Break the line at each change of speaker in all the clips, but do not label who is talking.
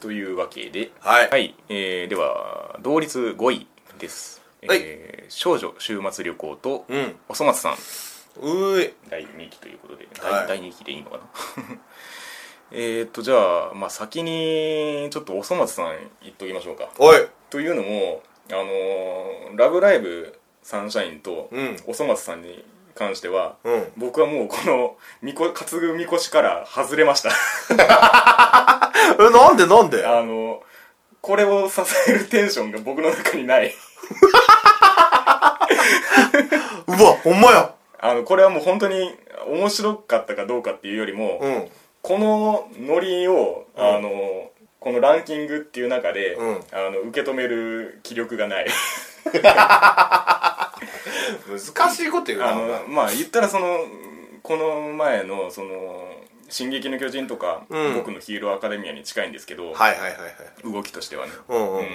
というわけで、
はい
はいえーでは同率5位です、
はい
えー少女週末旅行と、
うん
おそ松さん
うい
第2期ということで、
はい
第2期でいいのかな えーっとじゃあ,、まあ先にちょっとおそ松さん言っときましょうか
おい
というのも「あのーラブライブサンシャイン」と
うん
おそ松さんに関しては、
うん
僕はもうこのみこ担ぐみこしから外れました
えなんでなんで
あのこれを支えるテンションが僕の中にない
うわほんまや
あのこれはもう本当に面白かったかどうかっていうよりも、
うん
このノリを、
ん
あのこのランキングっていう中で、
うん
あの受け止める気力がない
難しいこと言うな
あ
お
のまあ言ったらそのこの前の「その進撃の巨人」とか、
うん
僕のヒーローアカデミア」に近いんですけど、
前はいはいはいはい
動きとしてはね、
うんうんうん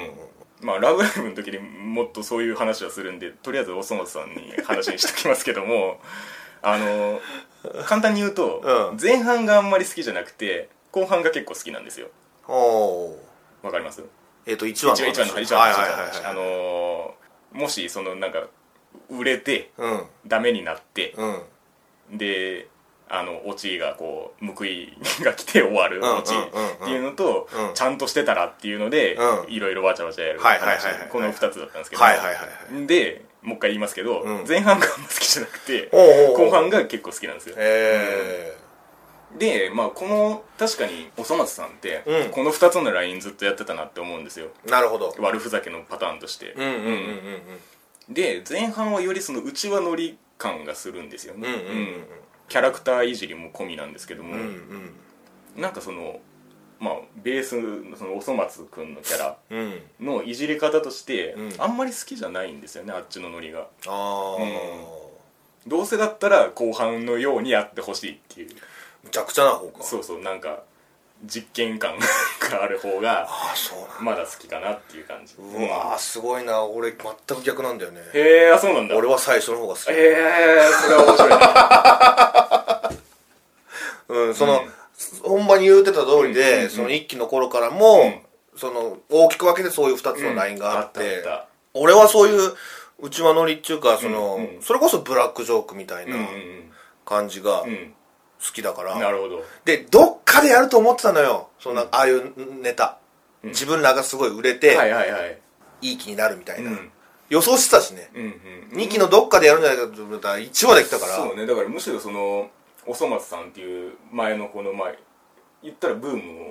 まあ、ラブライブの時にもっとそういう話はするんでとりあえずおそ松さんに話にしときますけども あの簡単に言うと、
うん
前半があんまり好きじゃなくて後半が結構好きなんですよ
おー
わかります
えっと一番
一番一番の
話
一番の
はいはい
話
はいはい
あのーもしそのなんか売れて
うん
ダメになって、
うん
であのオチがこう報いが来て終わる
うん
オチ
うんうんうん
っていうのと、
うん
ちゃんとしてたらっていうので、
うん
いろいろわちゃわちゃやる
はいはいはいはい
この2つだったんですけど、
はいはいはいはい
でもう一回言いますけど、
うん
前半があんま好きじゃなくて
おうおうおう
後半が結構好きなんですよ
え
でまあこの確かにおそ松さんって、
うん
この2つのラインずっとやってたなって思うんですよ
ーなるほど
悪ふざけのパターンとして、
うんうんうんうんうん
で前半はよりそのうちわ乗り感がするんですよね、
うんうんうんうん
キャラクターいじりも込みなんですけども、
うん
なんかそのまあベースのそのおそ松くんのキャラ
うんうん
のいじり方として、
うん
あんまり好きじゃないんですよねあっちのノリが
ああ
どうせだったら後半のようにやってほしいっていう
むちゃくちゃな方か
そうそうなんか実験感がある方が
ああそうなんだ
まだ好きかなっていう感じ
うわーすごいな俺全く逆なんだよね
へえあそうなんだ
俺は最初の方が好き
へえそれは面白いな
うんその、ほんまに言うてた通りで、その一期の頃からも、その大きく分けてそういう2つのラ インがあって、
うんあったあった
俺はそういううちわ乗りっていうかその、
うんうん
それこそブラックジョークみたいな
うん
感じが
うん
好
うん
きだから、
うんなるほど
でどっかでやると思ってたのよその、ああいうネタ、自分らがすごい売れて、
はい
い、
はいはい
い気になるみたいうな、
ん
予想してたしね、
うんうん
2期のどっかでやるんじゃないかと思ったら1話できたから
そうねだからむしろそのおそ松さんっていう前のこの前言ったらブーム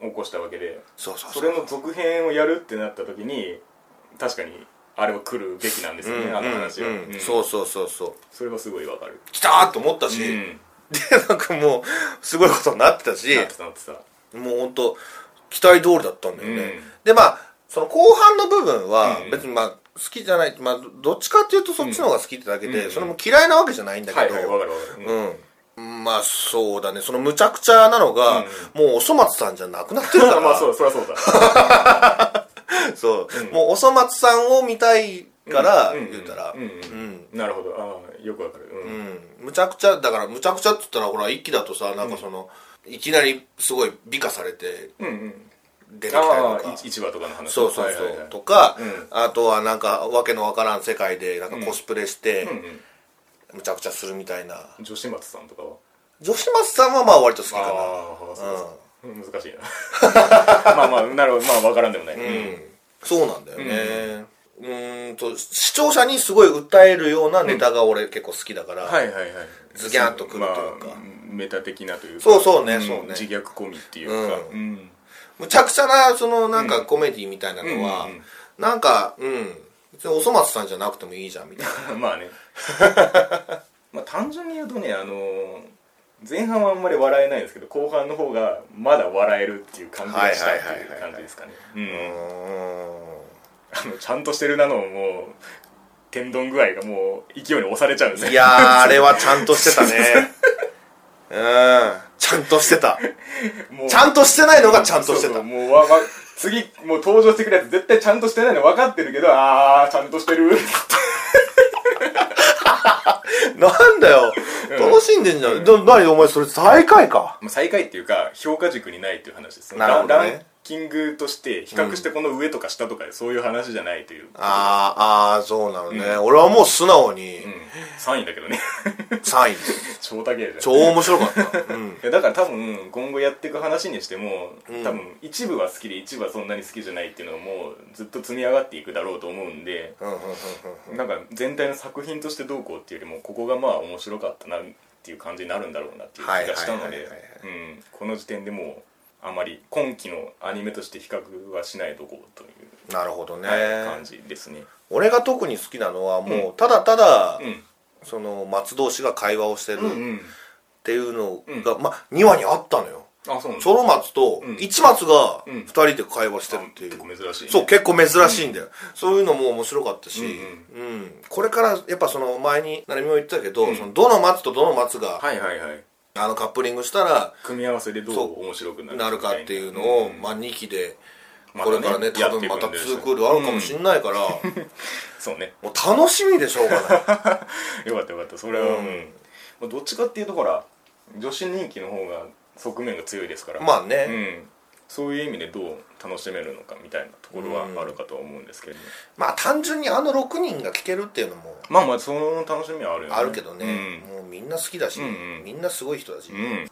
を起こしたわけで
そうそう
そ
そ
うれの続編をやるってなった時に確かにあれは来るべきなんですよね、あの話は、
うん
うん
そうそうそうそう
それはすごいわかる
来たーと思ったし、
うん
で なんかもうすごいことになってたし
なってたなってた
もう本当期待通りだったんだよね、
うん
でまあその後半の部分は
うん
別にまあ好きじゃない、まあ、どっちかっていうとそっちの方が好きってだけで、
うん
それも嫌いなわけじゃないんだ
は
け
い
ど、
はいわかるわかる、うん
うんまあそうだねそのむちゃくちゃなのが、もうおそ松さんじゃなくなってるから
まあそうそりゃそうだ
そう、
うん
もうおそ松さんを見たいから
うん
言うたら
うん
うん
なるほどああよくわかるうん、
うん、むちゃくちゃだからむちゃくちゃっつったらほら一気だとさなんかその、いきなりすごい美化されて
うんうん
出てきたり
あ
と
あ
か
い市場とかの話
そうそうそう、
はいはいはい
とか、
うん
あとはなんかわけのわからん世界でなんかコスプレして、
うんう
むちゃくちゃするみたいなん
女子松さんとかは
女子松さんはまあ割と好き
あ
か
あそうそう、難しいな まあまあなるほどまあわからんでもない、
なうん、そうなんだよねうーんと視聴者にすごい訴えるようなネタが俺結構好きだから、
はいはいはい
ズギャンとくるというか
まあ、メタ的なというか
そうそうね
ん
そうね
自虐込みっていうか、
う
うん
むちゃくちゃなそのなんかコメディみたいなのは、
うんうんうん
なんかうん別におそ松さんじゃなくてもいいじゃんみたい な
まあねまあ単純に言うとねあのー前半はあんまり笑えないんですけど後半の方がまだ笑えるっていう感じがしたっていう感じですかねうん
うーん
あのちゃんとしてるなのもう天丼具合がもう勢いに押されちゃうんです
い
ね
やー、あれはちゃんとしてたね。うん。ちゃんとしてた。
もう
ちゃんとしてないのがちゃんとして
そうそ
た
う。もうわわ次もう登場してくるやつ絶対ちゃんとしてないの分かってるけどああちゃんとしてる
なんだよ。楽しんでんじゃん。ど、なにお前それ最下位か。
まあ最下位っていうか評価軸にないっていう話です
なるほどね
ランランキングとして比較してこの上とか下とかでそういう話じゃないという、
ああああそうなのね、
うん
俺はもう素直に
うん、3位だけどね
3位で す、
超高いじゃん
超面白か った、うん、
いやだから多分今後やっていく話にしても、多分一部は好きで一部はそんなに好きじゃないっていうのはもうずっと積み上がっていくだろうと思うんで、
うんうんうんうん
なんか全体の作品としてどうこうっていうよりもここがまあ面白かったなっていう感じになるんだろうなっていう気がしたの
はいはい
で
はいはい
うんこの時点でもうあまり今期のアニメとして比較はしないとこうという、
なるほどね、
はい感じですね。
俺が特に好きなのはもうただただ、
うん
その松同士が会話をして
うん
るっ
うん、
ていうのが、まあ2話にあったのよ
あそうなんだ
ソロ松と
うん
一松が
うん
2人で会話してるってい
結
う、
構珍しいね、
そう結構珍しいんだよ、そういうのも面白かったし、
う
うんこれからやっぱその前に成美も言ってたけど、
うん
そのどの松とどの松が、
はいはいはい
あのカップリングしたら
組み合わせでど
そう
面白くなる
なるかっていうのを、
ん
まあ、2期で、
ま
こ
た
れ
ね
からね多分また
やっていくんで
2クールあるかもしんないから、
そうね
もう楽しみでしょうがな い
よかったよかったそれは、
う
うんんまあどっちかっていうとほら女子人気の方が側面が強いですから
まあ
う
ね、
ん、そういう意味でどう楽しめるのかみたいなところはあるかとは思うんですけれど、
まあ単純にあの6人が聞けるっていうのも
まあまあその楽しみはあるよね
あるけどね、もうみんな好きだし、
うんうん
みんなすごい人だし、
うん、うん、
うん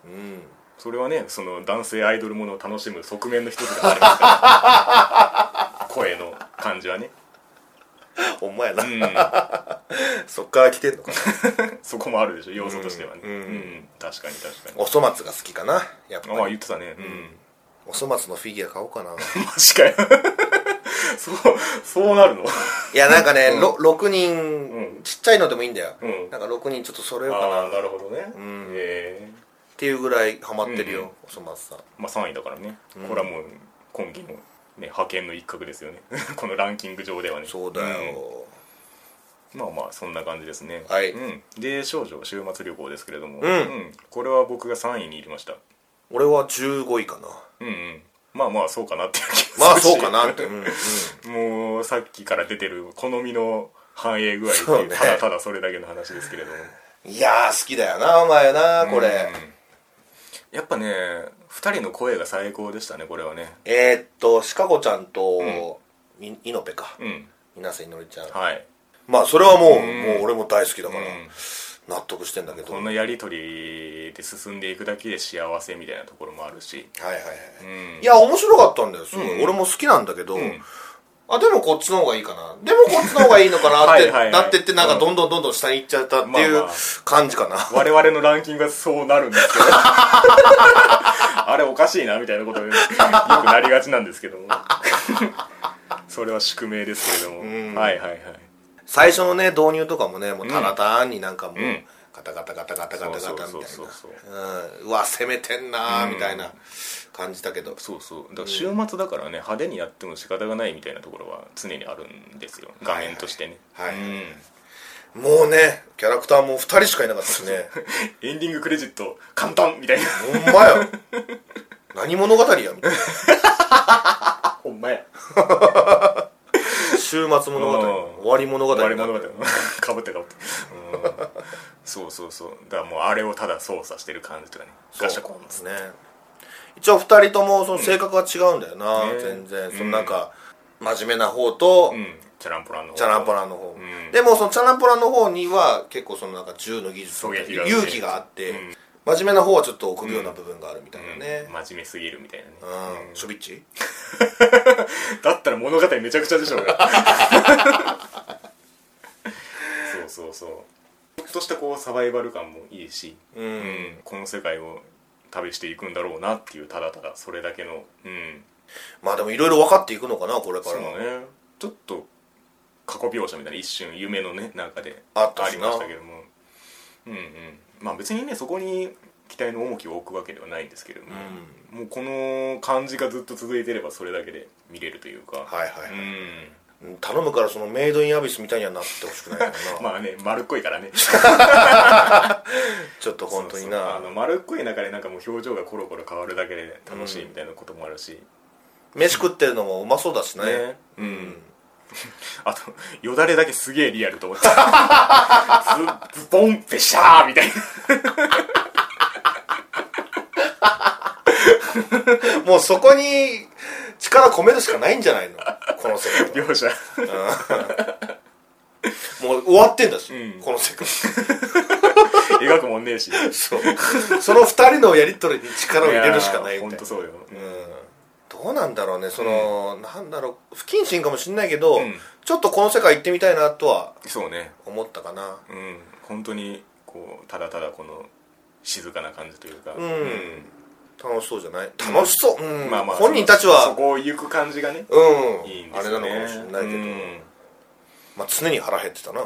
それはねその男性アイドルものを楽しむ側面の一つがありますから声の感じはね、
ほんまやな、
う、
そっから来てんのかなん
そこもあるでしょ要素としてはね
う
うんん、
うん
確かに確か
おそ松が好きかなやっぱ
にああ言ってたねうん、
おそ松のフィギュア買おうかな
マジかよ そうそうなるの
いやなんかね、
うん
ろ6人、
うん
ちっちゃいのでもいいんだよ、
うん
なんか6人ちょっと揃えようかな
ああなるほどね、
ん
ええ
っていうぐらいハマってるよ、
うんうん
おそ松さん
まあ、3位だからね、これはもう今期の、ね、派遣の一角ですよね このランキング上ではね
そうだよ、
うんまあまあそんな感じですね
はい
うん、で少女週末旅行ですけれども、
うん
これは僕が3位に入れました
俺は15位かな
うんうんまあまあそうかなっていう気がするし
まあそうか なって、うんうん、
もうさっきから出てる好みの反映具合って
そ
いうう
ね
ただただそれだけの話ですけれども
いやー好きだよなお前な これ、
うんやっぱね2人の声が最高でしたねこれはね
えー、っとシカゴちゃんと、みいのぺか
うん
稲瀬いのりちゃん
はい、
まあそれはもう,、
ん
もう俺も大好きだ
う
から、
ん
納得してんだけど
こ
はい
んなやり取りで進んでいくだけで幸せみたいなところもあるし、
はいはい、
うん
いや面白かったんだよすごい、
うん
俺も好きなんだけど、
ん
あでもこっちの方がいいかなでもこっちの方がいいのかなっ
はい
て
はいはい
なってってなんかどんどんどんどん下に行っちゃったってい
ま
う
あまあ
感じかな、
我々のランキングはそうなるんです けどあれおかしいなみたいなことによくなりがちなんですけどもそれは宿命ですけれども、
ん
はいはいはい
最初のね導入とかもねもうただ単になんかもう、
ん
ガタガタガタガタガタガタみたい
そうそうそう
なうんうわ攻めてんなーみたいな感じだけど、
そうそうだから週末だからね派手にやっても仕方がないみたいなところは常にあるんですよ画面としてね、
はいはいはい
うん
もうねキャラクターも2人しかいなかったし ね
エンディングクレジット簡単み たいな
ほんまよ何物語やみたいな
ほんまや
週末物語
うん
終わり物語
終わり物語 かぶってかぶって、うん、そうそうそうだからもうあれをただ操作してる感じとかねガシャコンっつって
ね一応二人ともその性格が違うんだよな、
うんね
全然そのなんか、真面目な方と、
うんチャランポランの
チャランポ
ン
ラの方、
ん
でもそのチャランポラの方には結構そのなんか銃の技術とか
狙撃がね
勇気があって、
うん
真面目な方はちょっと臆病な部分があるみたいなね、うん
真面目すぎるみたいなね、
ショビッチ
だったら物語めちゃくちゃでしょうがそうそうそうちょっとしたこうサバイバル感もいいし、
うん
うんこの世界を旅していくんだろうなっていうただただそれだけのうん
まあでもいろいろ分かっていくのかなこれか
そ
ら
うねちょっと過去描写みたいな一瞬夢のね中で
あ
あ
ったし
り
な
ましたけどもうんうんまあ別にねそこに期待の重きを置くわけではないんですけれども、もうこの感じがずっと続いてればそれだけで見れるというか、
はいはい、
う
うん頼むからそのメイド・イン・アビスみたいにはなってほしくないからな、
ん まあね丸っこいからね
ちょっと本当に
そうそう
な
あの丸っこい中でなんかもう表情がコロコロ変わるだけで楽しいみたいなこともあるし、
飯食ってるのもうまそうだしね
ねうん、
ん
あとよだれだけすげえリアルと思 ったズズボンペシャーみたいな
もうそこに力込めるしかないんじゃないのこの世界
両者
もう終わってんだし、
うん
この世界
描くもんねえし
そうその二人のやり取りに力を入れるしかないみ
本
たい
当
な
そうよ
うんどうなんだろうねその、なんだろう不謹慎かもしれないけど、
うん
ちょっとこの世界行ってみたいなとは
そうね
思ったかな
うん本当にこうただただこの静かな感じというか
うん、楽しそうじゃない楽しそう、うん
まあまあ
本人たち
そ
は
こを行く感じがね
うん
いいんで
あ
す
れ
よ
なの
ね
かもしれないけど、
うん
まあ、常に腹減っ てたな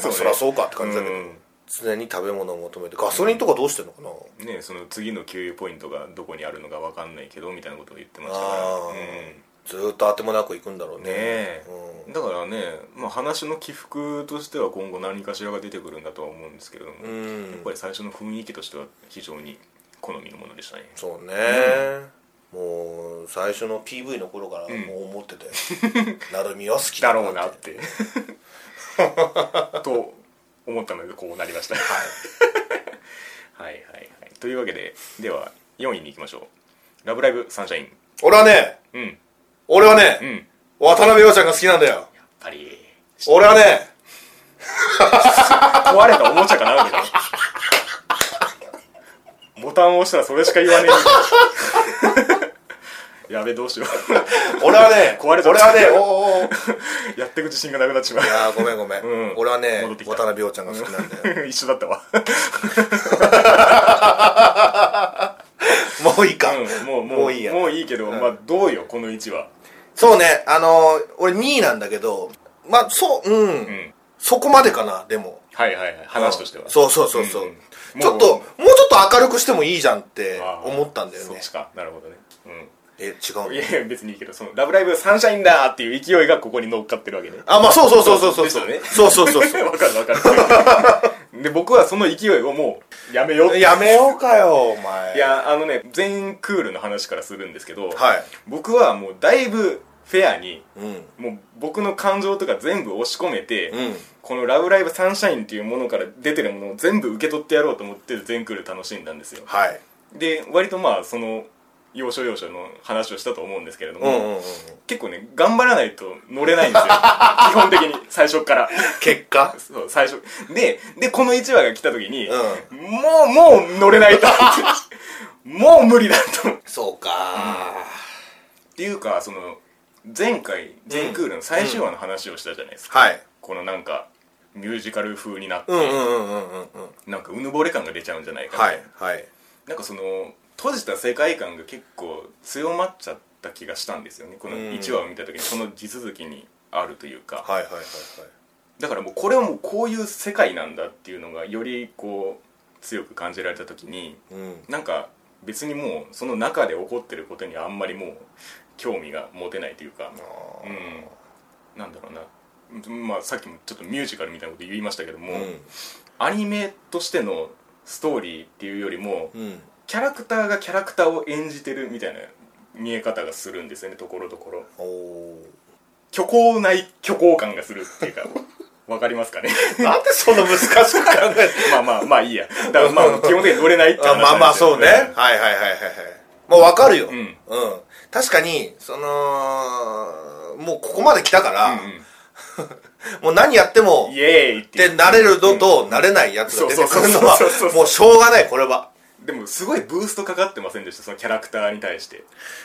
そ
そう
ね
そりゃそうかって感じだけど、
うん
常に食べ物を求めてガソリンとかどうしてんのかな、
ねその次の給油ポイントがどこにあるのか分かんないけどみたいなことを言ってましたから
ああ
うん
ー、ずーっと当てもなく行くんだろうね
ねえ
う
だからね、まあ、話の起伏としては今後何かしらが出てくるんだとは思うんですけれども、
う
や
ん
っぱり最初の雰囲気としては非常に好みのものでしたね
そうね、もう最初の PV の頃からもう思って て、なるみは好き
だ
だ
ろうな
な
っ
って
と思ったのでこうなりましたはいはいはいというわけででは4位に行きましょう「ラブライブサンシャイン
俺はね」
うん
俺はね、
うん
渡辺陽ちゃんが好きなんだよ
やっぱり
俺はね
壊れたおもちゃかなみたいなボタンを押したらそれしか言わねえ やべどうしよ
俺は ね
壊れちゃった
俺はねおーおー
うやってく自信がなくなってしまう
いやーごめんごめん、
うん
俺はね
戻ってきた
渡辺陽ちゃんが好きなんだよ
一緒だったわ、
もういいか、
うん、もうもう
もういいや
もういいけど、まあどうよこの位置は
そうねあのー俺2位なんだけどまあそううん、
うん
そこまでかなでも
はいはいはい話としては、
そうそうそうそう、
うんうん
ちょっともうちょっと明るくしてもいいじゃんって
あー
思ったんだよ
そ
ね
っちかなるほどねうん
え違うの
いやいや別にいいけどその「ラブライブサンシャインだ!」っていう勢いがここに乗っかってるわけ ね
あまあそうそうそうそうそう
です
そ
よ
う、
ね
そうそうそうそ
わかるわかる で僕はその勢いをもうやめようっ
う
て
やめようかよお前
いやあのね全クールの話からするんですけど、
はい
僕はもうだいぶフェアに
うん
もう僕の感情とか全部押し込めて、
うん
この「ラブライブサンシャイン」っていうものから出てるものを全部受け取ってやろうと思って全クール楽しんだんですよ
はい
で割とまあその要所要所の話をしたと思うんですけれど
うん
も、
うんうんうん
結構ね頑張らないと乗れないんですよ 基本的に最初から
結果
そう最初ででこの1話が来た時に、
う
もうもう乗れないと もう無理だと
そうか
っていうかその前回全クールの最終話の話をしたじゃないですか、
はい
このなんかミュージカル風になって、
うんうんうんうんうんうん
なんかうぬぼれ感が出ちゃうんじゃないかみ
は
たい
いはい
ななんかその閉じた世界観が結構強まっちゃった気がしたんですよねこの
うん
1話を見た時にその地続きにあるというか
はいはいはいはい
だからもうこれはもうこういう世界なんだっていうのがよりこう強く感じられた時に
うん
なんか別にもうその中で起こってることにあんまりもう興味が持てないというか
あー
うん、なんだろうなうんまあ、さっきもちょっとミュージカルみたいなこと言いましたけども、
うん
アニメとしてのストーリーっていうよりも、
うん
キャラクターがキャラクターを演じてるみたいな見え方がするんですよねところどころ
おお
虚構ない虚構感がするっていうか わかりますかね
なんでそんな難しく考えて
まあまあまあいいやだからまあ基本的に乗れないって話
あ
なんです よ
まあまあそうね、はいはいはいはいはいもうわかるよ、うんん確かにそのもうここまで来たから、もう何やっても
うんイエーイっ
って
て
慣れるのと慣れないやつが出てく るのは
そうそうそうそうそう
もうしょうがないこれは
でもすごいブーストかかってませんでしたそのキャラクターに対して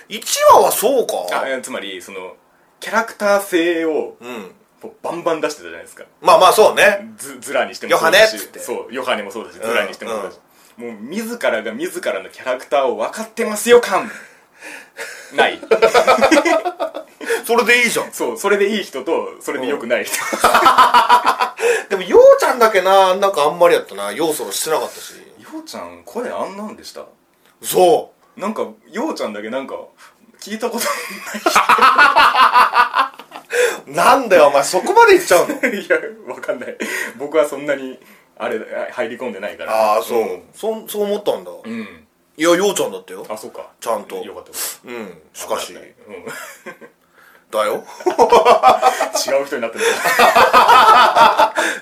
1話はそうか
あえつまりそのキャラクター性を
うん
こうバンバン出してたじゃないですか
まあまあそうね
ずズラにしても
ヨハネ
そうだし
っつって
そうヨハネもそうだしズラにしてもそうだし、もう自らが自らのキャラクターを分かってますよ 感ない
それでいいじゃん
そうそれでいい人とそれでよくない人、
でもようちゃんだけななんかあんまりやったなようそろしてなかったし
ようちゃん声あんなんでした
そ
なんかようちゃんだけなんか聞いたこと
うなんだよお前そこまでいっちゃ うの
ないいやわかんない僕はそんなにあれ入り込んでないから
ああそう、そそう思ったんだ、
うん、
いやようちゃんだったよ
あそうか
ちゃんと
よかったです
うんしかし
うん、違
だ
う
よ
人になってる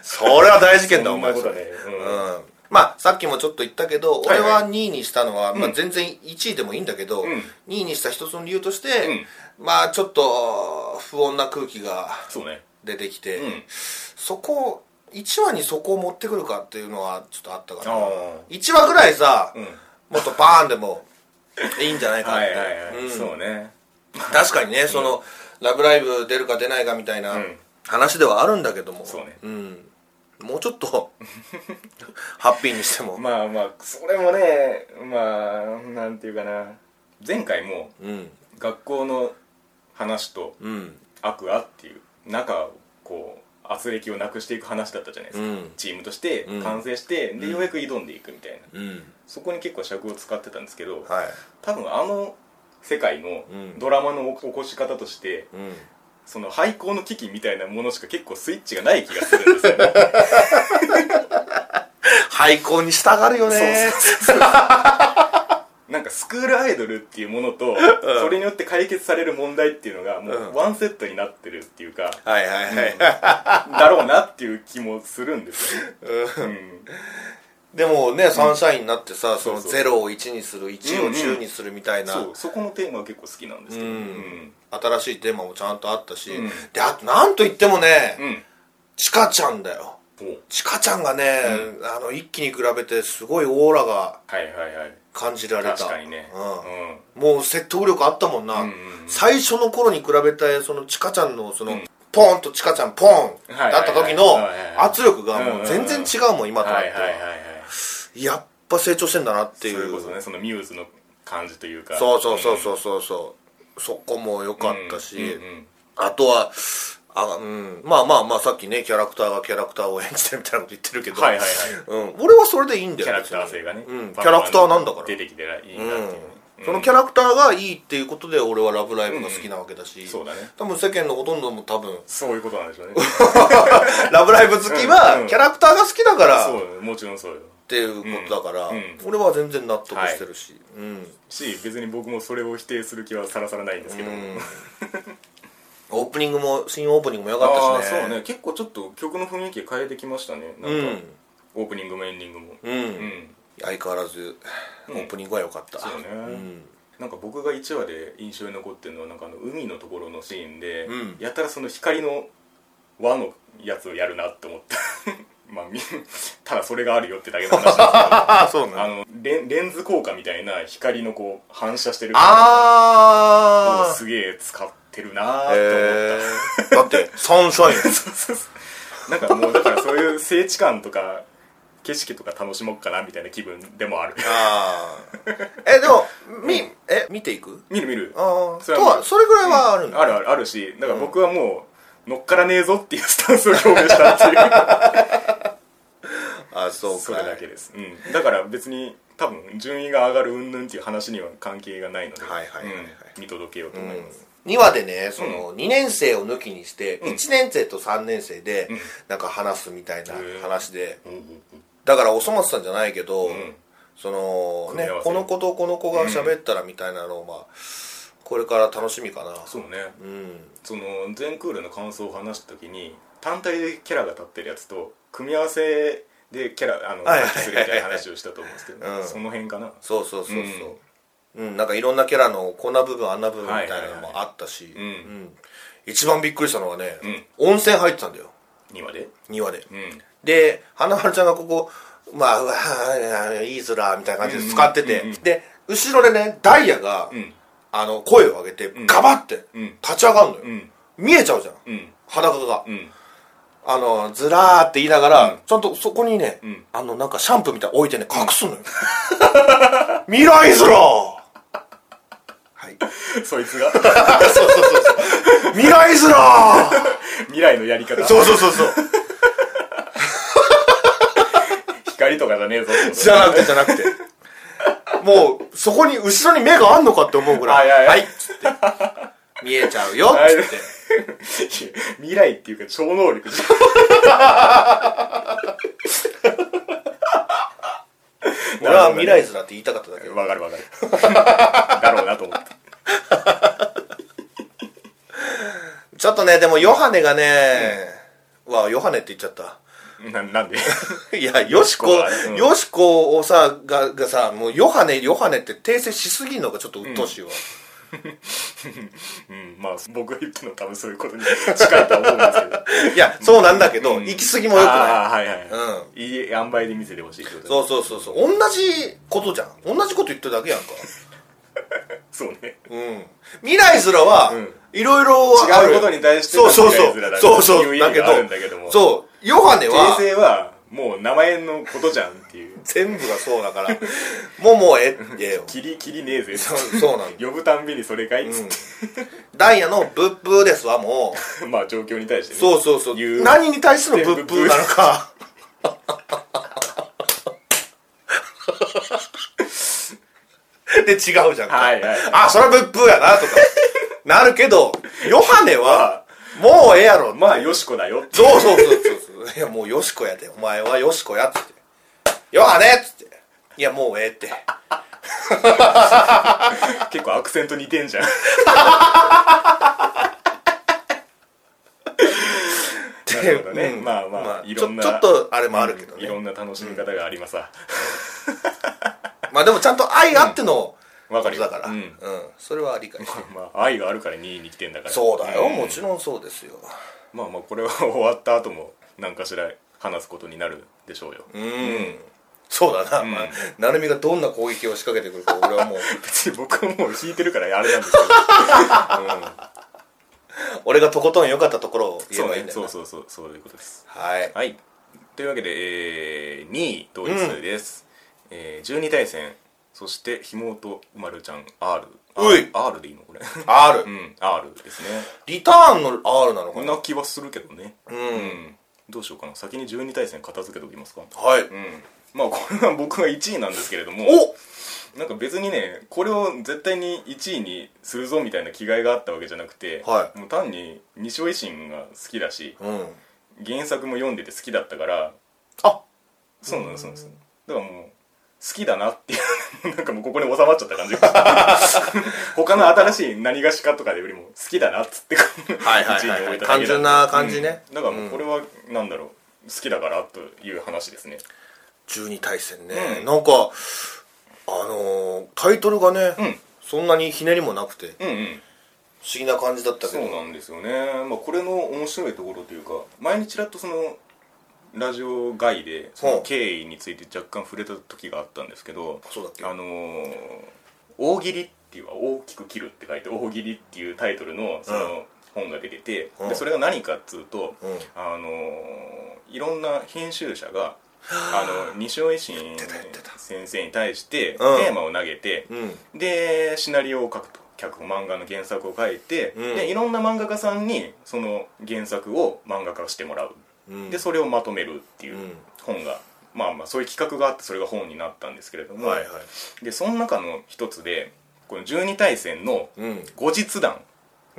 それは大事件だ
そ
お
んな
前
こ
そ
と
れ
ね、
うんまあさっきもちょっと言ったけど
はい
俺
はい
は2位にしたのは、ま
う
あ、
ん
全然1位でもいいんだけど、
うん
2位にした一つの理由として、まあちょっと不穏な空気が
そうね
出てきて、
うん
そこ1話にそこを持ってくるかっていうのはちょっとあったから
あ
1話ぐらいさ、
あうん
もっとバーンでもいいんじゃないかっ
はい
て
はいはい、
うん
そうね
確かにねその、ラブライブ!」出るか出ないかみたいな
うん
話ではあるんだけども
そうね
んもうちょっと ハッピーにしても、
まあまあそれもねまあなんていうかな前回も
うん
学校の話と
うん
アクアっていう仲をこう圧力をなくしていく話だったじゃないですか、
うん
チームとして
うん
完成して、でようやく挑んでいくみたいな
うん
そこに結構尺を使ってたんですけど、
はい
多分あの世界の
うん
ドラマの起こし方として、
うん
その廃校の危機みたいなものしか結構スイッチがない気がするんですよね
廃校に従るよね
なんかスクールアイドルっていうものと、それによって解決される問題っていうのがも
うん
うワンセットになってるっていうか、
はいはいはい、
だろうなっていう気もするんですよね、うん
でもねサンシャインになってさ、その
そうそう
0を1にする1を10にするみたいな、
そうそこのテーマは結構好きなんですけど
う
うんん、
新しいテーマもちゃんとあったし、
うん
であとなんといってもね、
うん
チカちゃんだよ
お
チカちゃんがね、あの一気に比べてすごいオーラが
はいはいはい
感じられた
確かにね
うんもう説得力あったもんな、
うんうんうん
最初の頃に比べてそのチカちゃんのその、
うん
ポーンとチカちゃんポーン
はいはいはい
だった時の
はいはいはい
圧力がもう全然違うもん今となっ
は
て
いはい
は
はいはい
やっぱ成長してんだなってい
そうれこそねそのミューズの感じというか
そうそうそうそうそうそうそこも良かったし、
うんうんうん
あとはあ、うん、まあまあまあさっきねキャラクターがキャラクターを演じてるみたいなこと言ってるけど、
はいはいはい
うん、俺はそれでいいんだよ
キャラクター性がね、
別にうん、キ
バ
ャ
ン
ラ
バン
クターなんだから
出てきてらいいなっていううね、
ん、そのキャラクターがいいっていうことで俺は「ラブライブ!」が好きなわけだし、
そうだね
多分世間のほとんども多分
そういうことなんでしょうね
ラブライブ好き
うんう
は
ん
キャラクターが好きだからっ
そうよもちろんそうよ
ていうことだから、
うんうん
俺は全然納得してるし、うん
し別に僕もそれを否定する気はさらさらないんですけど、
うんオープニングも新オープニングも良か
あ
っ
あ
たしね
そうね結構ちょっと曲の雰囲気変えてきましたねなんか、オープニングもエンディングも
うん、うん
うん
相変わらずオ
うん
ープニングは良かった、
そうね
ん
なんか僕が1話で印象に残ってるのはなんかあの海のところのシーンで、
うん
やたらその光の輪のやつをやるなって思った まあみただそれがあるよってだけの話な んで
ああそう
すけ
な
どあ
の
のレンレンズ効果みたいな光のこう反射してるを
あ
すげえ使ってるなー
あ
って思った、
えー、だってサンシャイ ン
そうそうそう なんかもうだからそういう聖地感とか景色とか楽しもうかなみたいな気分でもある
ああえでもみ、え 見ていく
見る見る
ああ
それ
と
はもう
はそれぐらいはあるんだ、
あるあるあるしだから僕はもう乗っからねえぞっていうスタンスを表明したっていう
あそう か
それだけです、うん、だから別に多分順位が上がる云々っていう話には関係がないので、
はいはいはいはい
うん見届けようと思います、
2話でねその2年生を抜きにして1年生と3年生で
ん
なんか話すみたいな
うん
話で
うんうん
だからおそ松さんじゃないけど、
ん
その
組み
ね
合わせ
この子とこの子が喋ったらみたいなのをまあこれから楽しみかな
そうね
うん
その全クールの感想を話した時に単体でキャラが立ってるやつと組み合わせでキャラあの
はいはいはいはい
発揮するみたいな話をしたと思うんですけど、
うん
その辺かな
そうそうそうそう、うんなんかいろんなキャラのこんな部分あんな部分みたいなのもあったし、
いはいはいうん
うん一番びっくりしたのはね、
う
温泉入ってたんだよ
2話で
2話で
うん
で花丸ちゃんがここまあうわーいい空みたいな感じで使ってて、
うんうんうん
で後ろでねダイヤが、
うん
あの声を上げて
ん
ガバって
うん
立ち上がるのよ、
うん
見えちゃうじゃん
うん
裸が、
うん
あのずらーって言いながら、
うん
ちゃんとそこにね、
うん
あのなんかシャンプーみたいなの置いてね隠すのよ、 未来空はい
そいつが
そうそうそうそう未来空
未来のやり方
そうそうそうそう
光とかじゃねえぞってこと
じゃなくてじゃなくて。もう、そこに、後ろに目があんのかって思うぐらい。
はいはいはい
っつって。見えちゃうよ
はい
っつって。
未来っていうか超能力じゃん
俺は未来図だって言いたかっただけど。
わかるわかる だろうなと思って
ちょっとね、でもヨハネがね、うわ、ヨハネって言っちゃった。
ななんで
いや、よしこ、よしこをさ、が、がさ、もう、ヨハネ、ヨハネって訂正しすぎんのがちょっと鬱陶しいわ。
うん、まあ僕が言ってるのは多分そういうことに近いとは思うんですけど
いや、そうなんだけど、行き過ぎもよくない。
ああはいはい、うん、いい塩梅で見せてほしいってこと
そうそうそうそう。同じことじゃん。同じこと言ってるだけやんか。
そうね
うん。未来すらは
うん、
いろいろある
違うことに対して
そうそうそう
未来すらだ。
そうそう。
いう意味があるんだけども
そう。ヨハネ
訂
は、
正はもう名前のことじゃんっていう
全部がそう だから、もうもうえええよ。
キリキリねえぜ
そうそうなんだ。
呼ぶたんびにそれかいっつって、
ダイヤのブッブーですわ、もう。
まあ状況に対してね、
そうそうそう。
言う
何に対するブッブーなのか。 で、違うじゃんか。
はいはいはい
あ、そらブッブーやな、と か。なるけど、ヨハネは、もうええやろ。
まあよしこだよって
そうそうそうそうそう。いや、もうヨシコやで。お前はヨシコや、つって。ヨハネつって。いや、もうええって。
結構アクセント似てんじゃんなるほどね、
うん
まあまあ、いろんな
ちょちょっとあれもあるけど
い
ね、
ろんな楽しみ方がありますわ、
まあでもちゃんと愛あっての
わか
こと
るよ
だから、
う
うんんそれは理解して
まあ、愛があるから2位に来てんだから
そうだよ、
ん
もちろんそうですよ
まあまあこれは終わった後も何かしら話すことになるでしょうよ、
うん、そうだな、まあ、なるみがどんな攻撃を仕掛けてくるか俺はもう
別に僕はもう引いてるからあれなんですけど、
俺がとことん良かったところを 言えばいい
うんん
だよ
そ
な
うそうそうそういうことです
はい
はいというわけで、え2位同一です、えー12対戦そして妹うまるちゃん R
うい
R, R でいいのこれ
R、
うん R ですね
リターンの R なの
こ
か
ん
な
な気はするけどね
うん、
うんどうしようかな先に12対戦片付けておきますか
はい、
うんまあこれは僕が1位なんですけれども
お
なんか別にねこれを絶対に1位にするぞみたいな気概があったわけじゃなくて、
はい
もう単に西尾維新が好きだし
うん
原作も読んでて好きだったから
あ
そうなんですそうなんですだからもう好きだなっていう なんかもうここに収まっちゃった感じが 他の新しい何がしかとかよりも好きだなっつってこう
はいはいはい
1位に置いただけ
単純な感じね
うんだからもうこれはなんだろう好きだからという話ですね
12対戦ね、
うん
なんかあのータイトルがね、
うん
そんなにひねりもなくて
うんうん
不思議な感じだったけ
そう
ど
なんですよね、まあ、これの面白いところというか前にちらっとそのラジオ外でその経緯について若干触れた時があったんですけど
そうだっけ
あのー大喜利」っていうは大きく切るって書いて「大喜利」っていうタイトルのその本が出てて、
うん
でそれが何かっつうと、
うん
あのーいろんな編集者があの西尾維新
た言ってた
先生に対してテ
うん
ーマを投げて、
うん
でシナリオを書くと脚本漫画の原作を書いて、
うん
でいろんな漫画家さんにその原作を漫画化してもらう、
うん
でそれをまとめるっていう
うん
本が、まあまあそういう企画があってそれが本になったんですけれども、
はいはい
でその中の一つでこの12対戦の
うん
後日談、
うん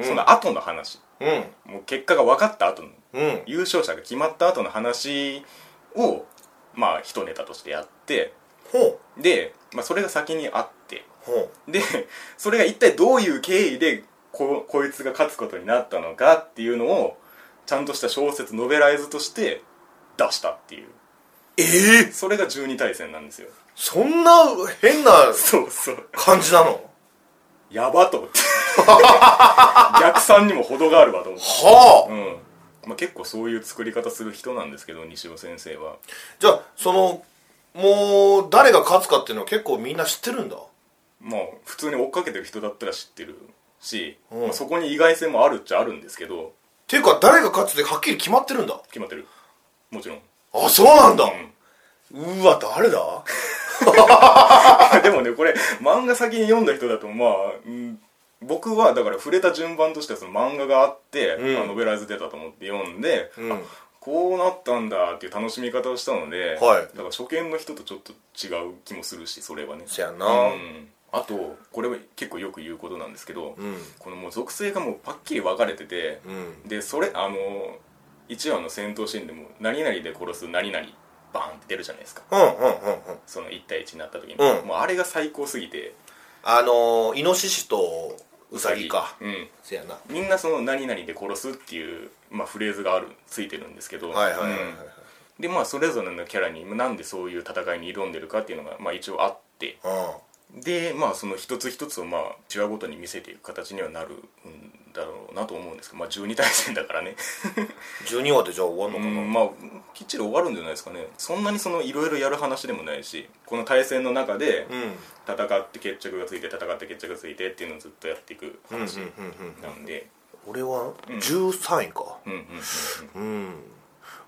その後の話
うん
もう結果が分かった後の
うん
優勝者が決まった後の話をまあ一ネタとしてやって
ほう
で、まあ、それが先にあって。
ほ
でそれが一体どういう経緯でここいつが勝つことになったのかっていうのをちゃんとした小説ノベライズとして出したっていう
うええ
それが12対戦なんですよ
そんな変な
そうそう
感じなの
やばと思って 逆算にも程があるわと思って
はあ、
うん、まあ、結構そういう作り方する人なんですけど西尾先生は
じゃあそのもう誰が勝つかっていうのは結構みんな知ってるんだ
まあ普通に追っかけてる人だったら知ってるし、
うん
まあそこに意外性もあるっちゃあるんですけど
ていうか誰が勝つってはっきり決まってるんだ
決まってるもちろん
あそうなんだ、
ん
うわ誰だ
でもねこれ漫画先に読んだ人だとまあ、うん僕はだから触れた順番としてはその漫画があって、
うん
あノベライズ出たと思って読んで、
うん
あこうなったんだっていう楽しみ方をしたので、
はい
だから初見の人とちょっと違う気もするしそれはね
せやな
うんあとこれは結構よく言うことなんですけど、
うん
このもう属性がもうパッキリ分かれてて、
うん
でそれあの1話の戦闘シーンでも「何々で殺す何々」バーンって出るじゃないですか
うんうんうんうん
その1対1になった時に、
うん
もうあれが最高すぎて
あのー、イノシシとウサギか
うん
せやな
みんなその「何々で殺す」っていう、まあ、フレーズがあるついてるんですけど、
はいはいはいはい、
うんでまあそれぞれのキャラになんでそういう戦いに挑んでるかっていうのが、まあ、一応あってでまあその一つ一つをまあ手話ごとに見せていく形にはなるんだろうなと思うんですけどまあ12対戦だからね
12話でじゃあ終わるのか な、
うんまあきっちり終わるんじゃないですかねそんなにそのいろいろやる話でもないしこの対戦の中で
うん
戦って決着がついて戦って決着がついてっていうのをずっとやっていく
うんうん
話なんで
うん俺は13位か
うんうんうん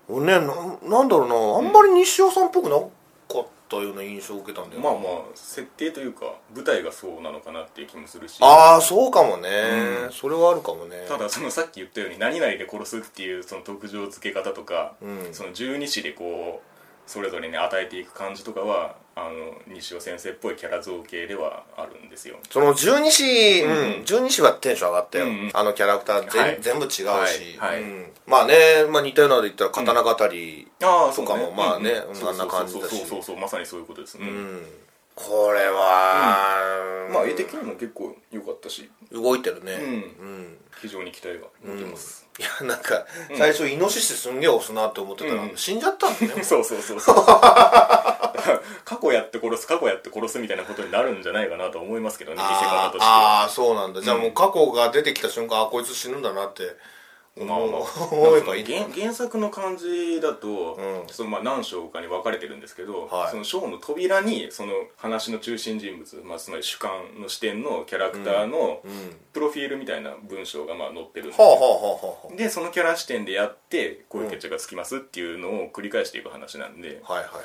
うん、俺ねなんなんだろうなあんまり西尾さんっぽくなかったような印象を受けたんだ
う
よ
ん
な
まあまあ設定というか舞台がそうなのかなっていう気もするし
ああそうかもね、
うん
それはあるかもね
ただそのさっき言ったように何々で殺すっていうその特徴付け方とか、
うん
その十二支でこうそれぞれに与えていく感じとかはあの西尾先生っぽいキャラ造形ではあるんですよ
その十二子、
うんうん
うん、十二子はテンション上がったよ、
うんうん
あのキャラクター全,、
はい
全部違うし、
はいはい
うんまあね、まあ、似たようなので言ったら刀語り、
ああ
そうかもまあねうん
そうそうそう
あんな感じだし
そうそうそうまさにそういうことですね、
うんこれは、
まあ絵的にも結構良かったし、
動いてるね
う
うん
非常に期待が持てます、
いやなんか最初イノシシすんげえ押すなって思ってたら、
うん
死んじゃったんだ ね
そうそうそう そう過去やって殺す過去やって殺すみたいなことになるんじゃないかなと思いますけどね見せ方
あー
としては
あーそうなんだじゃあもう過去が出てきた瞬間あこいつ死ぬんだなって思,、
まあまあ
思えばいい
原原作の感じだと、
うん
そのまあ何章かに分かれてるんですけど、
はい
その章の扉にその話の中心人物、まあ、つまり主観の視点のキャラクターの
うんは
プロフィールみたいな文章がまあ載ってるんで
あはあはあはあ
でそのキャラ視点でやってこういう決着がつきますっていうのを繰り返していく話なんで、
はいはいはいは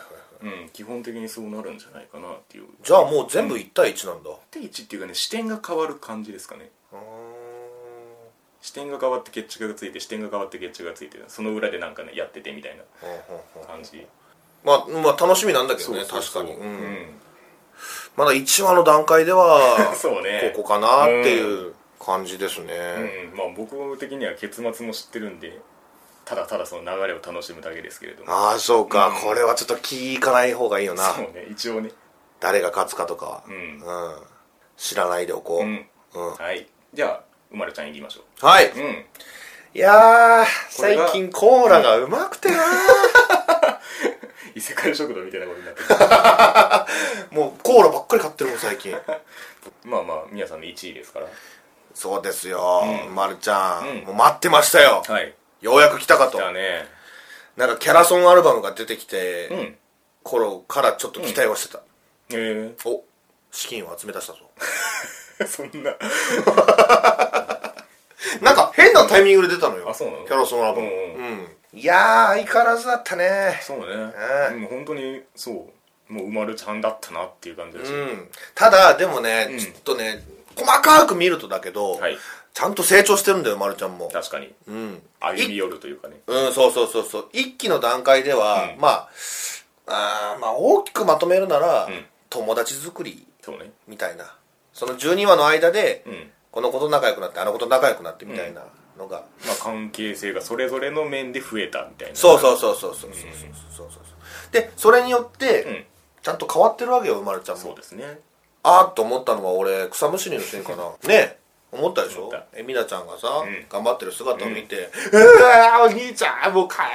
い
うん、基本的にそうなるんじゃないかなっていう
じゃあもう全部1対1なんだ、
定位置っていうかね視点が変わる感じですかね
うーん
視点が変わって決着がついて視点が変わって決着がついてその裏でなんかねやっててみたい
はあはあ
な
はあ
感じ
まあ、まあ楽しみなんだけど
そう
ね
そうそう
確かに、うん
うん
まだ1話の段階では
そうね
ここかなっていう感じですね、
うんまあ僕的には結末も知ってるんでただただその流れを楽しむだけですけれども
ああそうか、
うん
これはちょっと気いかない方がいいよな
そうね一応ね
誰が勝つかとかは、
うん
うん知らないでおこ
う
う、
ん
うん
はいじゃあうまるちゃんいきましょ
はいう
うん
いやー
これが
最近コーラがうまくてな
異世界食堂みたいなことになって る
もうコーラばっかり買ってるもん最近
まあまあ皆さんの1位ですから
そうですよ、まるちゃん、
うん
もう待ってましたよ、
はい
ようやく来たかと
じゃあね
なんかキャラソンアルバムが出てきて、
うん
頃からちょっと期待はしてた、
え
お資金を集め出したぞ
ー、そんな
なんか変なタイミングで出たのよ
あそうなの
キャラソンアルバム
う
うんいやー相変わらずだったね
そうね
え
うん本当にそうもううまるちゃんだったなっていう感じだし
うん、ただでもね、
うん
ちょっとね細かく見るとだけど、
はい
ちゃんと成長してるんだよ、ま、るちゃんも
確かに
うん
歩み寄るというかね
うんそうそうそうそう一期の段階では、
うん
まああーまあ大きくまとめるなら、
ん
友達作り
そうね
みたいなその12話の間で、
うん
この子と仲良くなってあの子と仲良くなってみたいなのが、
まあ関係性がそれぞれの面で増えたみたいな
そうそうそうそうそうそうそうそうそうでそれによって、
うん
ちゃんと変わってるわけよまるちゃん
そう
も
ですね
あーっと思ったのは俺草むしりのせいかなね思ったでし
思
ょ
った
えみなちゃんがさ、
ん
頑張ってる姿を見て「うわーお兄ちゃんもう帰れ」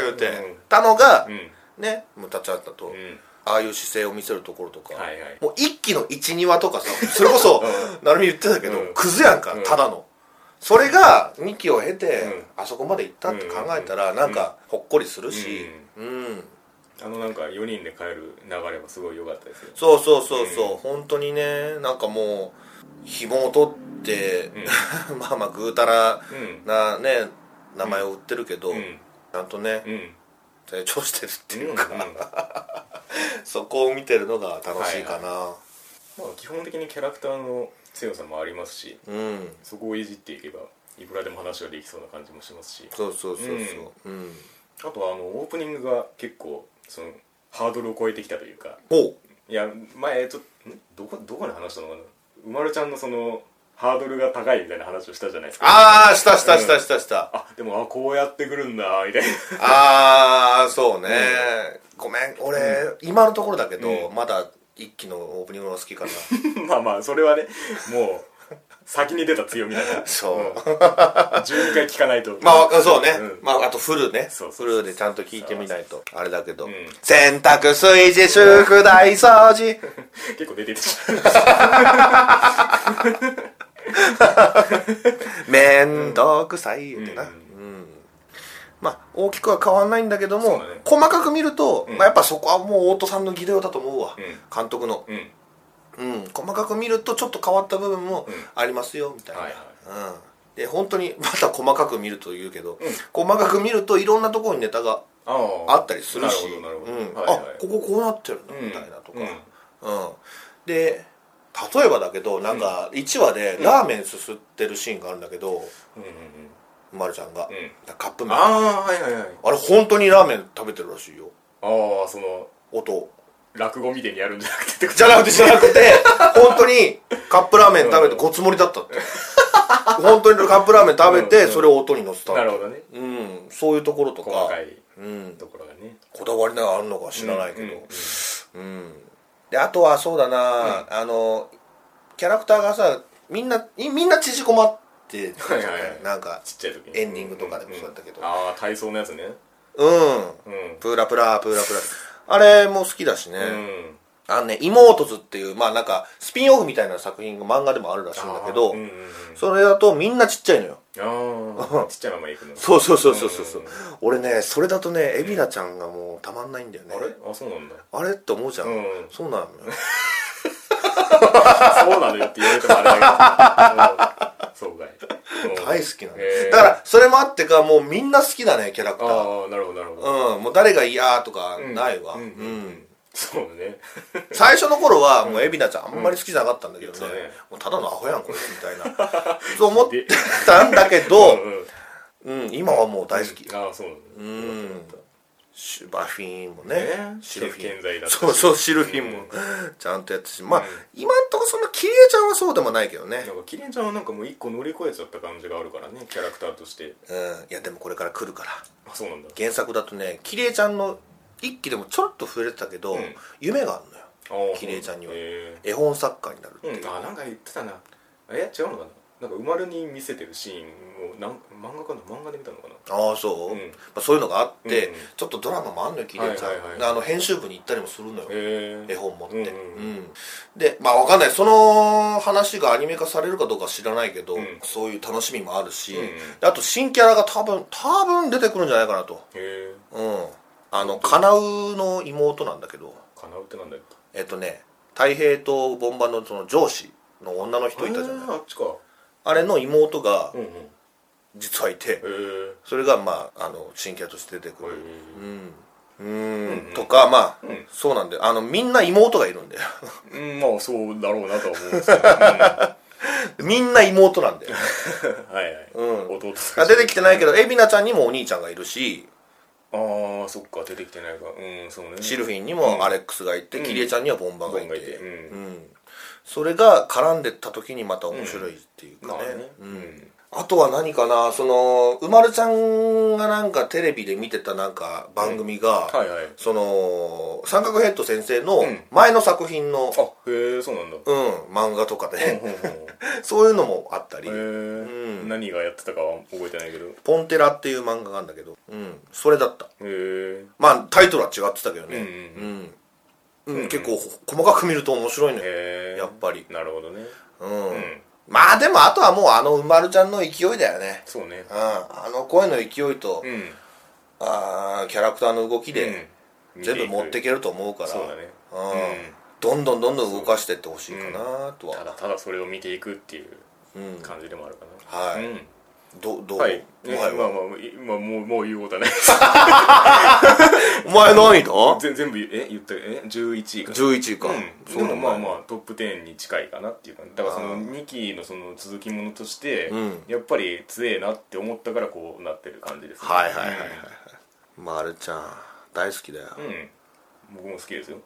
言うて、
うん
たのが、
うん
ねもう立ち会ったと、
うん
ああいう姿勢を見せるところとか、
はいはい
もう一期の12話と かさそれこそ、なるみ言ってたけど、
うん
クズやんか、
うん
ただのそれが2期を経て、
うん
あそこまで行ったって考えたら、なんかほっこりするしうん、
あのなんか4人で帰る流れはすごい良かったですよ
そうそうそうそう、本当にねなんかもう紐を取って、 まあまあぐうたら
うん
なね名前を売ってるけど、
うん
ちゃんとね
うんうん
成長してるっていう
うん
か、そこを見てるのが楽しいかな、
まあ基本的にキャラクターの強さもありますし
うん
そこをいじっていけばいくらでも話ができそうな感じもしますし
そうそうそうそううん、
あとはあのオープニングが結構そのハードルを超えてきたというか
ほう
いや前ちょっとんどこどこで話したのかなうまるちゃんのそのハードルが高いみたいな話をしたじゃないですか
ああしたしたしたしたした、
あでもあこうやってくるんだみたいな
ああそうね、ごめん俺、今のところだけど、
う
まだ一期のオープニングの方が好きかな
まあまあそれはねもう先に出た強みだから
そう
うん、12回聞かないと
まあわ、そうね。
うん
まあ、あとフルね。
そう
フ
そうそう
ルでちゃんと聞いてみないと。あれだけど。
ん
洗濯、炊事、宿題、掃除。
結構出てきち
めんどくさい言うてな。
うん
うんまあ、大きくは変わんないんだけど
そ
も、
うだね
細かく見ると、
うん
まあ、やっぱそこはもう大戸さんの技量だと思うわ、
うん
監督の、
ううん
うん、細かく見るとちょっと変わった部分も
うん
ありますよみたいな、
はい
うん、で本当にまた細かく見ると言うけ
う
ど、
ん
細かく見るといろんなところにネタが
ああ
あったりするし
なるほど
う
なる
ん
ほど、はいは
あ
い
こここうなってるな
うん
みたいなとか、
うん
うんで例えばだけどなんか1話でラーメンすすってるシーンがあるんだけど、
うんうん
まるちゃんが、
うんうん
カップ麺あ
ああーはいはいはい
れ本当にラーメン食べてるらしいよ
ああその
音
落語みたいにやるんじゃなくてってこと
じゃなくてじゃなくて本当にカップラーメン食べてごつ盛りだったって 本当にカップラーメン食べ
うん
て
うん
それを音に乗せたって
なるほどね
うんそういうところとか
細かい
うん、
ところがね
こだわりがあるのか知らないけど、
うんうんうん
うん、であとはそうだな、あのキャラクターがさみんないみんな縮こまってたじゃな
はい
い
はいはい
なんか
ちっちゃい時に
エンディングとかでもそうだったけど
んああ体操のやつね
うん
うん
プーラプラプーラ プラあれも好きだしね、
うん
あのね「妹図」っていうまあなんかスピンオフみたいな作品が漫画でもあるらしいんだけど、
あーうんうんうん
それだとみんなちっちゃいのよ
ああちっちゃいまま行くの
そうそうそうそうそうそう
うん
俺ねそれだとね海老名ちゃんがもうたまんないんだよね
あれあそうなんだ
あれって思うじゃん、
うん
そうなのよ
そうなのよって言われてもあれだけどうんそうかいうん
大好きなの、
へー
だからそれもあってかもうみんな好きだねキャラクター
ああなるほどなるほど
うんもう誰が嫌とか
うん
ないわ、
う
うんん
うんそうね
最初の頃はもう海老名ちゃんあんまり好きじゃなかったんだけどね,、
うんそうね
もうただのアホやんこれみたいな そう思っ
で
てたんだけど、
うんうん
うん、今はもう大好き、
ああそうなんだ
うんシュバフィーンもね
ね
シルフィ
健在
ン
だったし
そうそうシルフィン
う
も
ん
ちゃんとやってたしまあ、
うん
今んとこそんなキリエちゃんはそうでもないけどね
なんかキレンちゃんはなんかもう一個乗り越えちゃった感じがあるからねキャラクターとして
うんいやでもこれから来るから
あそうなんだ
原作だとねキリエちゃんの一期でもちょろっと触れてたけど、
うん
夢があるのよ
ああ
キレイちゃんには
へ
絵本作家になるって
え
いう、
うんあなんか言ってたなえ違うのかななんか生まれに見せてるシーンをなん漫画かな漫画で見たのかな
ああそう、
うん
まあ、そういうのがあって、
うんうん
ちょっとドラマもあんのよキリエちゃん、
はいはいはい
であの編集部に行ったりもするのよ、
へえ
絵本持って、
う
うんん
うん
でまあわかんないその話がアニメ化されるかどうかは知らないけど、
うん
そういう楽しみもあるし、
うんうん
であと新キャラが多分多分出てくるんじゃないかなと
へえ
うんあのカナウの妹なんだけど
かなうってなんだっけ
えっとね太平とボンバのその上司の女の人いたじゃ
あ
ない
ーあっちか
あれの妹が
うんうんへ
実はいて、
え
それがまああの新キャラとして出てく
へ
る、
え
うんうーん、
うん
とかまあ、
うん
そうなんだよあのみんな妹がいるんだよ
うん、まあそうだろうなとは思うんですけど、うんは
みんな妹なんだよ
いはい、
うん
弟さ
あ
ん
出てきてないけど海老名ちゃんにもお兄ちゃんがいるし
ああそっか出てきてないかうんそうね
シルフィンに
うん
もアレックスがいて、
うん
キリエちゃんにはボンバーがい
ボン
て
バーがいてう
うんそれが絡んでった時にまた面白いっていうか
まあ
ね,、
ね
う
うんん
あとは何かなそのうまるちゃんがなんかテレビで見てたなんか番組が、
はいはい
その三角ヘッド先生の
うん
前の作品の、
あへえそうなんだ
うん漫画とかで、
ほんほんほんへ
そういうのもあったり、
え
うん
何がやってたかは覚えてないけどへ
ポンテラっていう漫画があるんだけど、うん、それだった
え
まあタイトルは違ってたけどね
う
うん
ん
うん結構細かく見ると面白いね
へえ
やっぱり
なるほどね
うん、
うん
まあでもあとはもうあのうまるちゃんの勢いだよね
そうね
うんあの声の勢いと、
うん
あーキャラクターの動きで
うん
全部持っていけると思うから、
そうだね
う
う
ん
ん
どんどんどんどん動かしていってほしいかなと
ただ
は、
ただそれを見ていくっていう
うん
感じでもあるかな
はい、
うん
どどう、
はい
お
え
前
まあまあ
は、
いまあもうもう言うことはない
お前何位だ
全全部え言ったえ11位かな
?11 位か、
うん、
そう
でも
だ
まあ
お
ま
前
あトップ10に近いかなっていう感じだからそ
あ
の
ー
2期のその続きものとして、
うん
やっぱり強えなって思ったからこうなってる感じですね
はいはいはいはい、まるちゃん大好きだよ、
うん、うん僕も好きですよ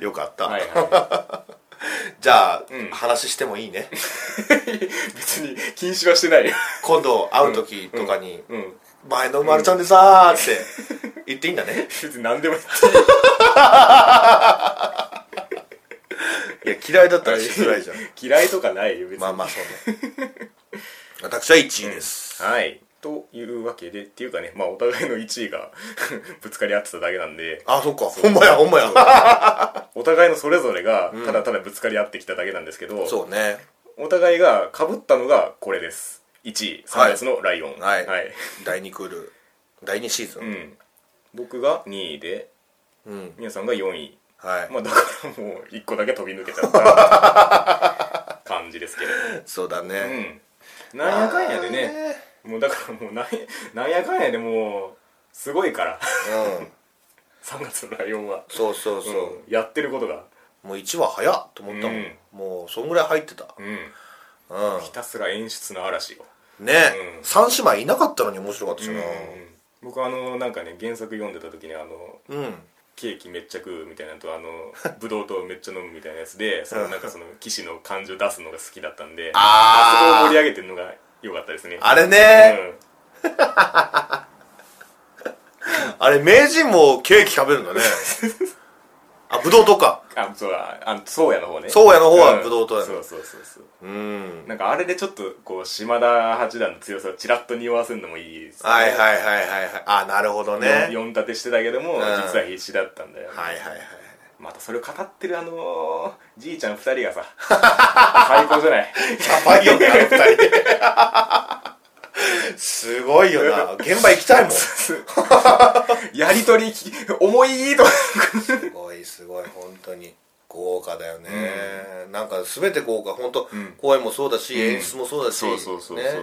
よかった、
はいは
じゃあ、
うん
話してもいいね
い 別に禁止はしてないよ
今度会う時とかに
うん
「前のまるちゃんでさ」って言っていいんだね
別に何でも言っていい
いや嫌いだったらしづらいじゃん
嫌いとかないよ別に
まあまあそうね 私は1位です、
はいというわけでっていうかねまあお互いの1位が ぶつかり合ってただけなんで
あそっかほんまやほんまや
お互いのそれぞれがただただぶつかり合ってきただけなんですけど、
そうね
お互いがかぶったのがこれです1位3月のライオン
はい第2クール第2シーズ
う
ン
ん、僕が2位で
うん、
皆さんが4位
はい、
まあだからもう1個だけ飛び抜けちゃった 感じですけれ
そうだ
ども
ね、
うんなんやかんやでねもうだからもうなんやなんやかんやでもうすごいから
あーうん
3月のライオンは
そうそうそう、
うんやってることが
もう1話早っと思ったもん、
うん
もうそんぐらい入ってた
うん
うん
ひたすら演出の嵐を
ね、
うん
三3姉妹いなかったのに面白かったしな
僕あのなんかね原作読んでた時にあの
うん、
ケーキめっちゃ食うみたいなのとあの ブドウ糖めっちゃ飲むみたいなやつでそのなんかその騎士の感情出すのが好きだったんで
あー
あそこを盛り上げてるのが良かったですね
あれ
う
ね、
ん
あれ名人もケーキ食べるんだねあブドウ糖か
あそうだあの宗谷の方ね
宗谷の方はブドウ糖や
そ
ね
うそうそうそう
うん
なんかあれでちょっとこう島田八段の強さをちらっと匂わせるのもいいですね
はいはいはいはいはいあなるほどねはい
4立てしてたけども、
ん
実は必死だったんだよ、
はいはい
またそれを語ってるあのーじいちゃん2人がさ 最高じゃない
やばいよねあの二人すごいよな現場行きたいもんす
やりとりき重いとか
ごいすごい本当に豪華だよね、なんか全て豪華本当、
ん
声もそうだし、
うん
演出もそうだし
そうそうそうそう
ね、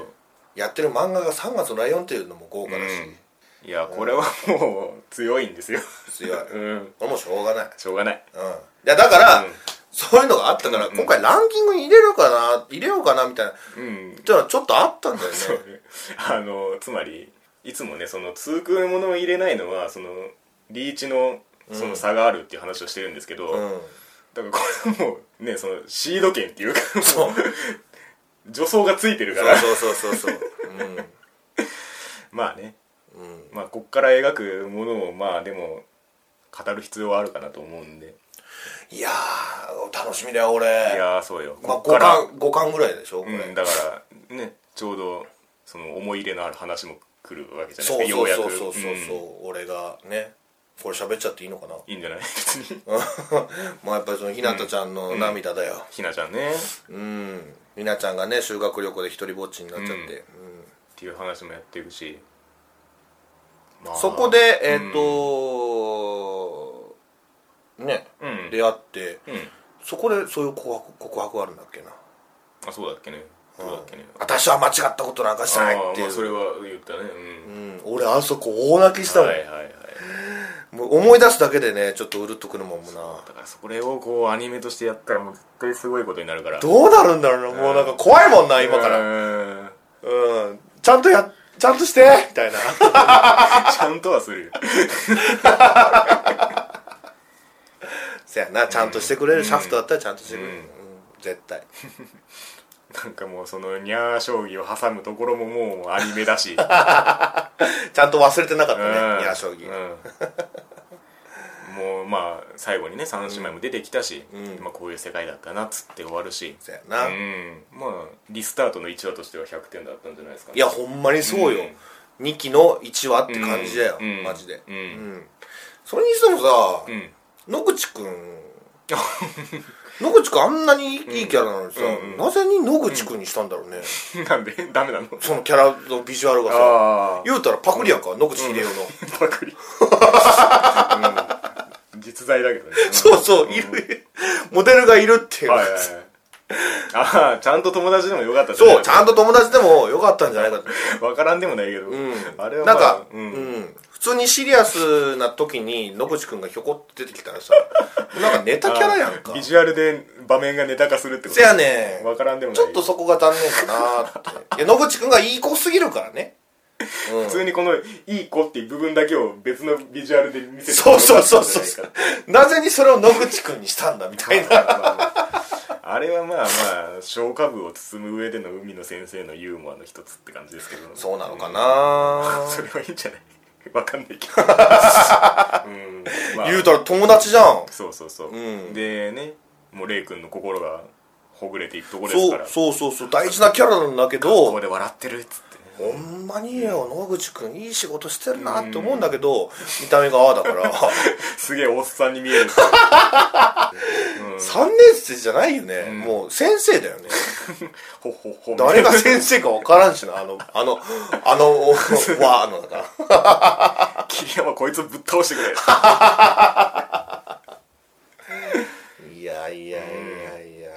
やってる漫画が「3月のライオン」っていうのも豪華だし、
いやこれはもう強いんですよ
強い
うん
これもうしょうがない
しょうがない
うん、いやだから、
うん
そういうのがあったから、今回ランキングに入れるかな入れようかなみたいな
うん
じゃあちょっとあったん だよね
あのつまりいつもねその通空のものを入れないのはそのリーチのその差があるっていう話をしてるんですけど、
うん
だからこれはもうねそのシード権っていうか
そう
助走がついてるから
そうそうそ うそううん
まあね
うん
まあこっから描くものをまあでも語る必要はあるかなと思うんで
いやー楽しみだよ
い
俺
やーそうよ
まあ、
こっ
5
から、
巻五巻ぐらいでしょこれ、
うん、だからねちょうどその思い入れのある話も来るわけじゃない
そ
ですか
うそう
よ
そう
やく
うそうそうそう、
ん
俺がねこれ喋っちゃっていいのかない
いんじゃ ない別に
まあやっぱりそのひなたちゃんの涙だよ
ひなちゃんねっ
うん、ひなちゃんがね修学旅行で一人ぼっちになっちゃって、
うん
うん
ていう話もやっていくし、まあ
そこでえっ、とね、
うん
出会って
うん
そこでそういう告白告白があるんだっけな
あそうだっけねそうだっけね
私は間違ったことなんかし
あ
ないっ
ー
てい
ま
う、
あそれは言ったねうん
うん、俺あそこ大泣きしたもん、
はいはいはい
もう思い出すだけでねちょっとうるっとくるもんもな
だからそれをこうアニメとしてやったらもう絶対すごいことになるから
どうなるんだろうなもうなんか怖いもんな今から
ら
うんちゃんとやちゃんとしてみたいな
ちゃんとはするよ
せやなちゃんとしてくれるシャフトだったらちゃんとしてくれる、うん絶対
なんかもうそのニャー将棋を挟むところももうアニメだ し
ちゃんと忘れてなかったね
うん
いや将棋、
うんもうまあ最後にね三姉妹も出てきたし、まあ、こういう世界だったなっつって終わるし
せや
う
な、い
んまあリスタートの1話としては100点だったんじゃないですかね
やほんまにそうよ、2期の1話って感じだよ、
うん
マジで、
うん
うんそれにしてもさ、
うん
野口くん 野口くんあんなにいいいいキャラなのにさ、なぜに野口くんにしたんだろうね、
なんでダメなの
そのキャラのビジュアルがさ
あ
言うたらパクリやんか野口英世の、
あパクリ、うん実在だけどね
そうそういるモデルがいるっていう、
はいはいはいああちゃんと友達でもよかったじゃない
そうちゃんと友達でもよかったんじゃないかと
わからんでもないけど、あれは、ま
な
あ、
んか、
う
うんん普通にシリアスな時に野口くんがひょこって出てきた らさなんかネタキャラやんか
ビジュアルで場面がネタ化するってこと
せやねん
わからんでもない
ちょっとそこが残念かなっていや野口くんがいい子すぎるからね、うん、
普通にこの「いい子」っていう部分だけを別のビジュアルで見せて
そうそうそうそう
そう
なぜにそれを野口くんにしたんだみたいな
あれはまあまあ消化部を包む上での海野先生のユーモアの一つって感じですけど
そうなのか
うん
な
それはいいんじゃないわかんないけど、うんまあ
言うたら友達じゃん
そうそうそう、
うん
でねもうレイ君の心がほぐれていくところです
そ
か
う
ら
そうそうそう大事なキャラなんだけ
こ
ど
こで笑ってるっつってね
ほんまによ野口君いい仕事してるなって思うんだけど、見た目がああだから
すげえおっさんに見える
3年生じゃないよね、もう先生だよね
ほっほっほ
誰が先生か分からんしなあのあのあのおわあのだから
桐山こいつぶっ倒してくれ
いやいやいやいや、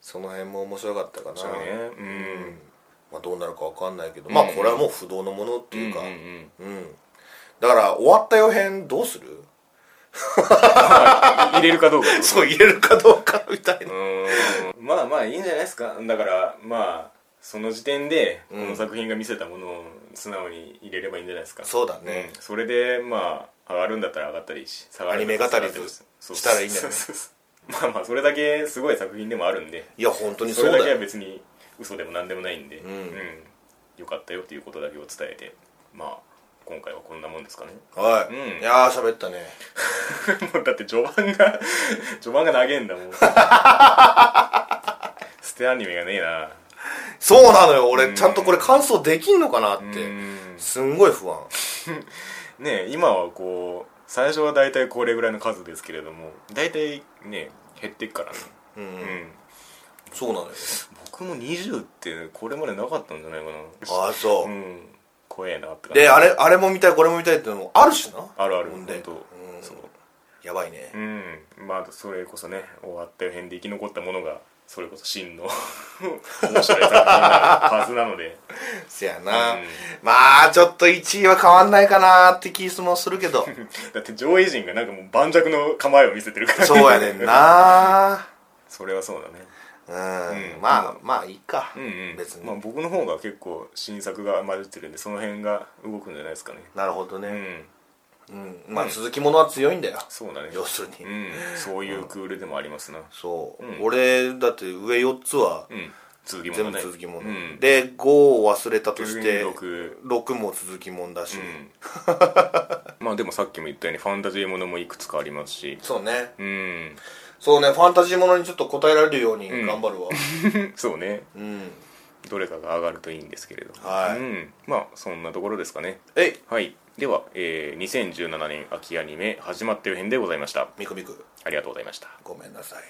その辺も面白かったかな
そうねうん
まあ、どうなるか分かんないけど、まあこれはもう不動のものって
うん
いうか、
う
うん
うんん
だから終わった予編どうする
入れるかどうかってこと
そう入れるかどうかみたいな、
うんまあまあいいんじゃないですかだからまあその時点でこの作品が見せたものを素直に入れればいいんじゃないですか
そうだね
んそれでまあ上がるんだったら上がったらいいし下がるんだった
アニメ
下が
語り
っ
ず
そう
したらいいんだよね
そうそうそうまあまあそれだけすごい作品でもあるんで
いや本当に
そ
そ
れ
う
だけ
だ
は
よ
別に嘘でも何でもないんで、うんよかったよっていうことだけを伝えてまあ今回はこんなもんですかね
はい、
うん
いやー喋ったね
もうだって序盤が 序盤が長えんだ もん捨てアニメがねえな
そうなのよ俺ちゃんとこれ感想できんのかなって、
うん
すんごい不安
ね今はこう最初は大体これぐらいの数ですけれども大体ね減ってっからね
うん、
うん
そうなのよ
僕も20ってこれまでなかったんじゃないか
ああそう、
なうん怖えなって感じ
であれあれも見たいこれも見たいってのもあるしな
あるある
ほ
本
んで
当
うん
そう
やばいね、
うんまあそれこそね終わった辺で生き残ったものがそれこそ真の 面白い作品になるはずなので
せやな、
うん
まあちょっと1位は変わんないかなって気もする けど
だって上位陣がなんかもう盤石の構えを見せてるから
そうやねんな
それはそうだね
うん、
うん
まあまあいいか、
うんうん
別に、
まあ、僕の方が結構新作が混じってるんでその辺が動くんじゃないですかね
なるほど
う
ね、
ん
うんまあ続きものは強いんだよ、
そうだね
要するに、
うんそういうクールでもありますな
そう、
うん
俺だって上4つは
うん続きも
全
の
部
ね
続きもの、
うん
で5を忘れたとし
逆に
て
6
6も続きもんだし、
うんまあでもさっきも言ったようにファンタジーものもいくつかありますし
そうね
うん
そうねファンタジーものにちょっと答えられるように頑張るわ
そうね
うん、
どれかが上がるといいんですけれど
はい
うん、まあそんなところですかね
えい
はいでは、えー2017年秋アニメ始まってる編でございました
ミクミク
ありがとうございました
ごめんなさい